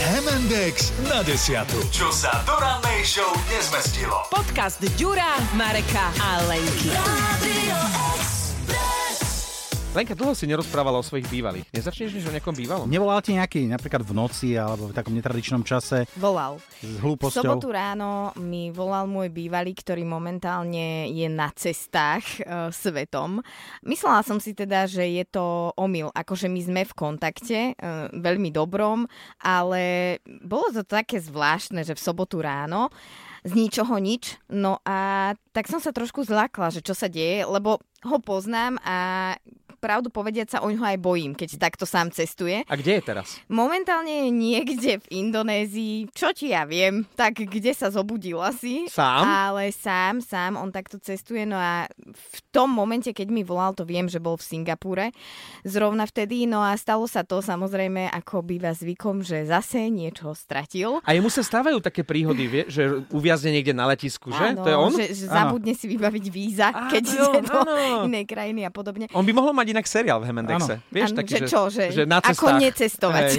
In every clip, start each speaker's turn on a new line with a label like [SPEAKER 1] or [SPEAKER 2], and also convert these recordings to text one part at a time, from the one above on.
[SPEAKER 1] Index na desiatu. Čo sa do rannej show nezmestilo.
[SPEAKER 2] Podcast Ďura, Mareka a Lenky.
[SPEAKER 3] Lenka, dlho si nerozprávala o svojich bývalých. Nezačneš nič o nejakom bývalom?
[SPEAKER 4] Nevolá ti nejaký, napríklad v noci alebo v takom netradičnom čase
[SPEAKER 5] Volal.
[SPEAKER 4] s
[SPEAKER 5] V
[SPEAKER 4] hlúposťou?
[SPEAKER 5] sobotu ráno mi volal môj bývalý, ktorý momentálne je na cestách e, svetom. Myslela som si teda, že je to omyl, akože my sme v kontakte, e, veľmi dobrom, ale bolo to také zvláštne, že v sobotu ráno z ničoho nič. No a tak som sa trošku zlakla, že čo sa deje, lebo ho poznám a pravdu povediať sa o ňo aj bojím, keď takto sám cestuje.
[SPEAKER 3] A kde je teraz?
[SPEAKER 5] Momentálne je niekde v Indonézii, čo ti ja viem, tak kde sa zobudil asi.
[SPEAKER 3] Sám?
[SPEAKER 5] Ale sám, sám, on takto cestuje, no a v tom momente, keď mi volal, to viem, že bol v Singapúre, zrovna vtedy, no a stalo sa to samozrejme, ako býva zvykom, že zase niečo stratil.
[SPEAKER 3] A jemu sa stávajú také príhody, vie, že uviazne niekde na letisku, že?
[SPEAKER 5] Áno,
[SPEAKER 3] to je on?
[SPEAKER 5] Že, že
[SPEAKER 4] Áno.
[SPEAKER 5] zabudne si vybaviť víza,
[SPEAKER 3] Á,
[SPEAKER 5] keď
[SPEAKER 3] to je
[SPEAKER 5] ide
[SPEAKER 3] on,
[SPEAKER 5] do
[SPEAKER 3] áno.
[SPEAKER 5] inej krajiny a podobne.
[SPEAKER 3] On by mohol mať inak seriál v Hemendexe.
[SPEAKER 4] Áno.
[SPEAKER 3] Vieš,
[SPEAKER 5] Áno,
[SPEAKER 3] taký,
[SPEAKER 5] že čo, že
[SPEAKER 3] že na cestách.
[SPEAKER 5] ako necestovať.
[SPEAKER 3] Hej.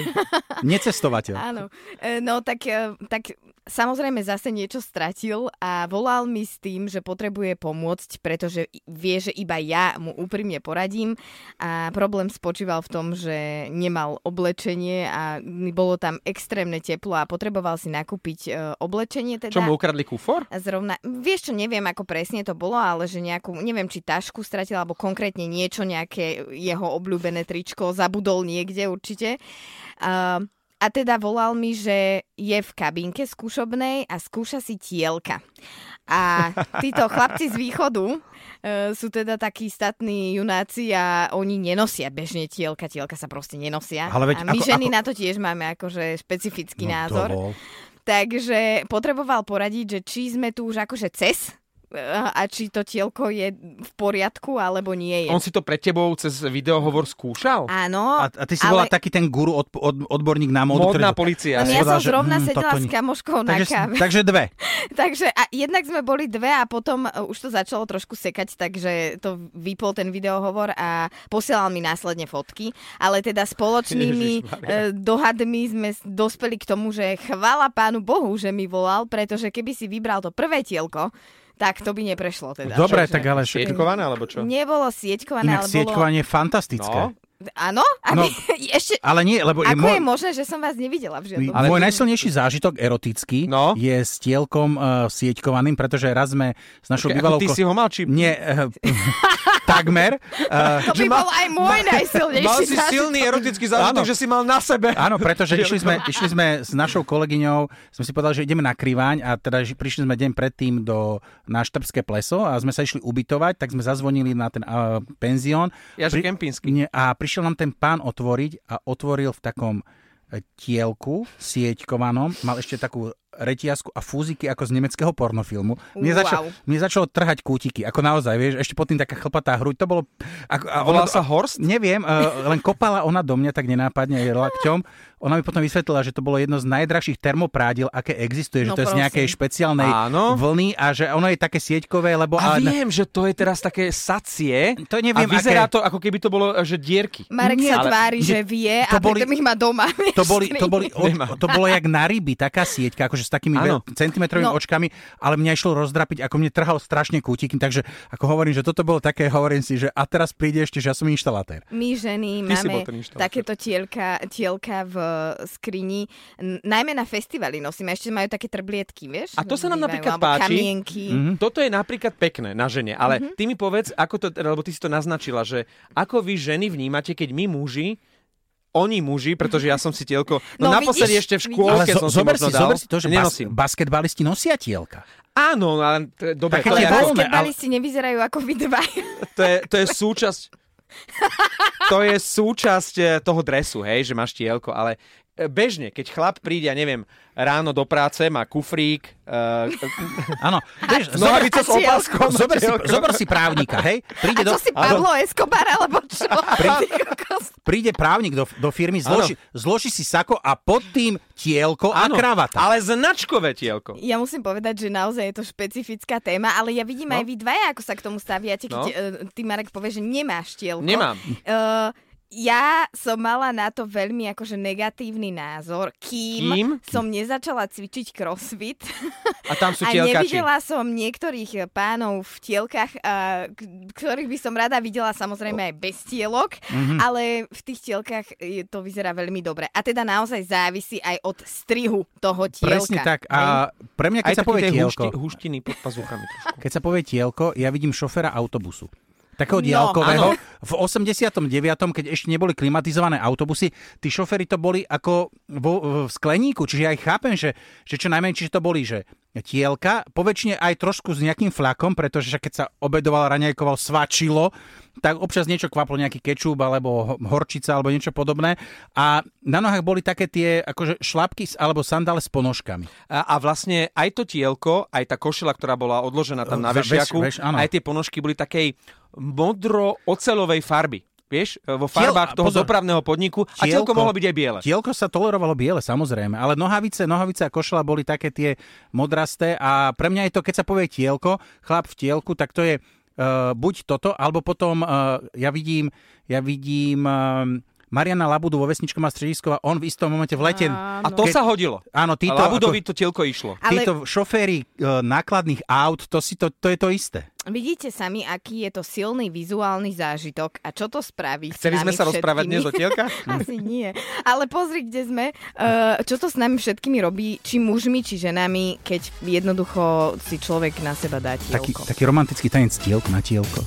[SPEAKER 4] Necestovateľ.
[SPEAKER 5] Áno, E, no tak, e, tak samozrejme zase niečo stratil a volal mi s tým, že potrebuje pomôcť, pretože i- vie, že iba ja mu úprimne poradím a problém spočíval v tom, že nemal oblečenie a m, bolo tam extrémne teplo a potreboval si nakúpiť e, oblečenie. Teda.
[SPEAKER 3] Čo mu ukradli kufor?
[SPEAKER 5] A zrovna, vieš čo, neviem ako presne to bolo, ale že nejakú, neviem či tašku stratila, alebo konkrétne niečo, nejaké jeho obľúbené tričko zabudol niekde určite. A, a teda volal mi, že je v kabinke skúšobnej a skúša si tielka. A títo chlapci z východu e, sú teda takí statní junáci a oni nenosia bežne tielka, tielka sa proste nenosia.
[SPEAKER 4] Ale veď
[SPEAKER 5] a my
[SPEAKER 4] ako-
[SPEAKER 5] ženy
[SPEAKER 4] ako-
[SPEAKER 5] na to tiež máme akože špecifický
[SPEAKER 4] No,
[SPEAKER 5] názor.
[SPEAKER 4] to bol.
[SPEAKER 5] Takže potreboval poradiť, že či sme tu už akože cez e, a či to tielko je v poriadku alebo nie je.
[SPEAKER 3] On si to pred tebou cez videohovor skúšal?
[SPEAKER 5] Áno,
[SPEAKER 4] A, a ty si
[SPEAKER 5] No, ale...
[SPEAKER 4] bola taký ten guru, od, od, odborník na módu.
[SPEAKER 3] Módna
[SPEAKER 4] ktorý...
[SPEAKER 3] policia.
[SPEAKER 4] asi
[SPEAKER 5] Len no ja som
[SPEAKER 4] povedala, že,
[SPEAKER 5] zrovna
[SPEAKER 4] hm,
[SPEAKER 5] sedela
[SPEAKER 4] toto
[SPEAKER 5] s
[SPEAKER 4] nie-
[SPEAKER 5] kamoškou na
[SPEAKER 4] takže,
[SPEAKER 5] káve.
[SPEAKER 4] takže dve.
[SPEAKER 5] Takže a jednak sme boli dve a potom e, už to začalo trošku sekať, takže to vypol ten videohovor a posielal mi následne fotky. Ale teda spoločnými
[SPEAKER 3] Ježišmaria.
[SPEAKER 5] e, dohadmi sme s- dospeli k tomu, že chvala pánu Bohu, že mi volal, pretože keby si vybral to prvé tielko, tak to by neprešlo teda.
[SPEAKER 4] Dobre,
[SPEAKER 5] Takže-
[SPEAKER 4] tak ale... však-
[SPEAKER 3] Sieťkovaná, alebo čo?
[SPEAKER 5] Nebolo sieťkované,
[SPEAKER 4] Inak
[SPEAKER 5] ale bolo...
[SPEAKER 4] sieťkovanie je fantastické.
[SPEAKER 3] No,
[SPEAKER 5] Áno? A
[SPEAKER 4] No.
[SPEAKER 5] my, ešte...
[SPEAKER 4] Ale nie, lebo je
[SPEAKER 5] Ako
[SPEAKER 4] môj...
[SPEAKER 5] je možné, že som vás nevidela v žiadnom?
[SPEAKER 4] Ale môj najsilnejší zážitok erotický
[SPEAKER 3] No.
[SPEAKER 4] je s tielkom uh, sieťkovaným, pretože raz sme s našou
[SPEAKER 3] Počkaj,
[SPEAKER 4] bývalou...
[SPEAKER 3] ako ty
[SPEAKER 4] ko-
[SPEAKER 3] si ho mal, či...
[SPEAKER 4] Nie, uh, takmer. Uh,
[SPEAKER 5] To by bol aj môj najsilnejší
[SPEAKER 3] Mal si
[SPEAKER 5] zážitok.
[SPEAKER 3] silný erotický zážitok,
[SPEAKER 4] Áno.
[SPEAKER 3] že si mal na sebe.
[SPEAKER 4] Áno, pretože išli sme, išli sme s našou kolegyňou, sme si povedali, že ideme na Kriváň a teda že prišli sme deň predtým do, na Štrbské pleso a sme sa išli ubytovať, tak sme zazvonili na ten uh, penzión.
[SPEAKER 3] Jaž Kempinský.
[SPEAKER 4] Nie, a prišiel nám ten pán otvoriť a otvoril v takom e, tielku sieťkovanom, mal ešte takú retiasku a fúziky ako z nemeckého pornofilmu. Mne,
[SPEAKER 5] Wow.
[SPEAKER 4] začal, mne začalo trhať kútiky, ako naozaj, vieš, ešte pod tým taká chlpatá hruď, to bolo... Ako, a
[SPEAKER 3] Volal
[SPEAKER 4] ono-
[SPEAKER 3] sa Horst?
[SPEAKER 4] Neviem, uh, len kopala ona do mňa tak nenápadne jej lakťom. Ona mi potom vysvetlila, že to bolo jedno z najdrahších termoprádiel, aké existuje, že
[SPEAKER 5] No
[SPEAKER 4] to je z
[SPEAKER 5] prosím.
[SPEAKER 4] nejakej špeciálnej
[SPEAKER 3] Áno.
[SPEAKER 4] vlny a že ono je také sieťkové, lebo...
[SPEAKER 3] A
[SPEAKER 4] ale-
[SPEAKER 3] viem, že to je teraz také sacie.
[SPEAKER 4] To neviem,
[SPEAKER 3] a vyzerá to,
[SPEAKER 4] aké-
[SPEAKER 3] ako keby to bolo, že dierky.
[SPEAKER 5] Marek
[SPEAKER 4] Nie,
[SPEAKER 5] sa
[SPEAKER 4] ale-
[SPEAKER 5] tvári,
[SPEAKER 4] nie,
[SPEAKER 5] že vie a
[SPEAKER 4] to boli-
[SPEAKER 5] pritom ich má doma. vieš,
[SPEAKER 4] To boli, to,
[SPEAKER 5] tri.
[SPEAKER 4] boli od,
[SPEAKER 3] Nemá.
[SPEAKER 4] to bolo jak na ryby, taká sieťka, akože s takými
[SPEAKER 3] Áno.
[SPEAKER 4] veľ- centimetrovými
[SPEAKER 5] No.
[SPEAKER 4] očkami, ale mňa išlo rozdrapiť, ako mne trhal strašne kútiky, takže ako hovorím, že toto bolo také, hovorím si, že a teraz príde ešte, že ja som inštalatér.
[SPEAKER 5] My ženy
[SPEAKER 3] Ty si bol
[SPEAKER 5] máme
[SPEAKER 3] ten inštalatér.
[SPEAKER 5] takéto tielka, tielka v eh, skrini, n- najmä na festivaly nosíme, ešte majú také trblietky, vieš?
[SPEAKER 3] A to sa nám
[SPEAKER 5] Bývajú,
[SPEAKER 3] napríklad
[SPEAKER 5] alebo
[SPEAKER 3] páči. Mhm.
[SPEAKER 5] Kamienky.
[SPEAKER 4] Mhm.
[SPEAKER 3] Toto je napríklad pekné na žene, ale
[SPEAKER 5] Mhm.
[SPEAKER 3] ty mi povedz, ako to, lebo ty si to naznačila, že ako vy ženy vnímate, keď my muži, oni muži, pretože ja som si tielko, no,
[SPEAKER 5] No,
[SPEAKER 3] naposledy
[SPEAKER 5] vidíš,
[SPEAKER 3] ešte v
[SPEAKER 5] vidíš.
[SPEAKER 3] škôlke
[SPEAKER 4] Ale
[SPEAKER 3] som
[SPEAKER 4] zo,
[SPEAKER 3] si
[SPEAKER 4] zober,
[SPEAKER 3] možno
[SPEAKER 4] si,
[SPEAKER 3] dal.
[SPEAKER 4] zober si to, že bas,
[SPEAKER 3] Nenosím.
[SPEAKER 4] basketbalisti nosia tielka.
[SPEAKER 3] Áno, ale to je, dobre, to
[SPEAKER 4] Také
[SPEAKER 5] Ale
[SPEAKER 3] je,
[SPEAKER 4] tie- voľné,
[SPEAKER 5] basketbalisti nevyzerajú ako vy dva.
[SPEAKER 3] to, je, to je súčasť to je súčasť eh, toho dresu, hej, že máš tielko, ale eh, bežne, keď chlap príde, ja neviem, ráno do práce, má kufrík, uh,
[SPEAKER 4] Áno, vieš, zober,
[SPEAKER 3] nohavice s
[SPEAKER 5] tielko.
[SPEAKER 3] opaskom,
[SPEAKER 4] zober, si,
[SPEAKER 3] tielko.
[SPEAKER 4] zober si právnika, hej,
[SPEAKER 5] A
[SPEAKER 4] príde, do,
[SPEAKER 5] čo si Pablo Escobar, alebo čo? Ty kokos.
[SPEAKER 4] príde právnik do, do firmy, zloží, zloží si sako a pod tým tielko a
[SPEAKER 3] Áno,
[SPEAKER 4] kravata.
[SPEAKER 3] Ale značkové tielko.
[SPEAKER 5] Ja musím povedať, že naozaj je to špecifická téma, ale ja vidím
[SPEAKER 3] No.
[SPEAKER 5] no. aj vy dvaja, ako sa k tomu staviate, keď e,
[SPEAKER 3] No.
[SPEAKER 5] no. ty, Marek, povieš, že nemáš tielko.
[SPEAKER 3] Nemám.
[SPEAKER 5] Uh, ja som mala na to veľmi akože negatívny názor, kým,
[SPEAKER 3] Kým?
[SPEAKER 5] som nezačala cvičiť crossfit
[SPEAKER 3] A tam sú
[SPEAKER 5] a
[SPEAKER 3] tielkači.
[SPEAKER 5] nevidela som niektorých e, pánov v tielkach, a k- ktorých by som rada videla samozrejme aj bez tielok, ale v tých tielkach je- to vyzerá veľmi dobre. A teda naozaj závisí aj od strihu toho tielka.
[SPEAKER 4] Presne tak. A pre mňa, keď
[SPEAKER 3] Aj
[SPEAKER 4] sa povie
[SPEAKER 3] také tie
[SPEAKER 4] tielko,
[SPEAKER 3] hušti, huštiny pod pazuchami. trošku.
[SPEAKER 4] keď sa povie tielko, ja vidím šoféra autobusu. Takého diálkového. v 89., keď ešte neboli klimatizované autobusy, tí šoféry to boli ako vo, v skleníku. Čiže ja aj chápem, že, že čo najmenšie to boli, že tielka, poväčšine aj trošku s nejakým flakom, pretože však keď sa obedoval, raňajkoval, svačilo, tak občas niečo kvaplo, nejaký kečup alebo ho- horčica alebo niečo podobné. A na nohách boli také tie akože šlapky s- alebo sandále s ponožkami.
[SPEAKER 3] A, a vlastne aj to tielko, aj tá košela, ktorá bola odložená tam na
[SPEAKER 4] Za- veš-
[SPEAKER 3] vešiaku,
[SPEAKER 4] veš, áno.
[SPEAKER 3] aj tie ponožky boli takej modro-ocelovej farby. Vieš, eh, vo farbách toho
[SPEAKER 4] pozor.
[SPEAKER 3] dopravného podniku. A tielko mohlo byť aj biele.
[SPEAKER 4] Tielko sa tolerovalo biele, samozrejme, ale nohavice, nohavice a košela boli také tie modrasté a pre mňa je to, keď sa povie tielko, chlap v tielku, tak to je uh, buď toto, alebo potom uh, ja vidím, ja vidím um, Mariana Labudu vo Vesničkom a Stredisku a on v istom momente v lete...
[SPEAKER 3] A to
[SPEAKER 4] Keď-
[SPEAKER 3] sa hodilo.
[SPEAKER 4] Áno, títo,
[SPEAKER 3] a Labudovi to tielko išlo.
[SPEAKER 4] ako, títo šoféry uh, nákladných aut, to, si to, to je to isté.
[SPEAKER 5] Vidíte sami, aký je to silný vizuálny zážitok a čo to spraví s
[SPEAKER 3] Chceli sme
[SPEAKER 5] nami
[SPEAKER 3] sa rozprávať
[SPEAKER 5] všetkými.
[SPEAKER 3] dnes o tielkach?
[SPEAKER 5] Asi nie. Ale pozri, kde sme. Uh, čo to s nami všetkými robí, či mužmi, či ženami, keď jednoducho si človek na seba dá
[SPEAKER 4] Taký,
[SPEAKER 5] tielko.
[SPEAKER 4] taký romantický tanec tielko na tielko.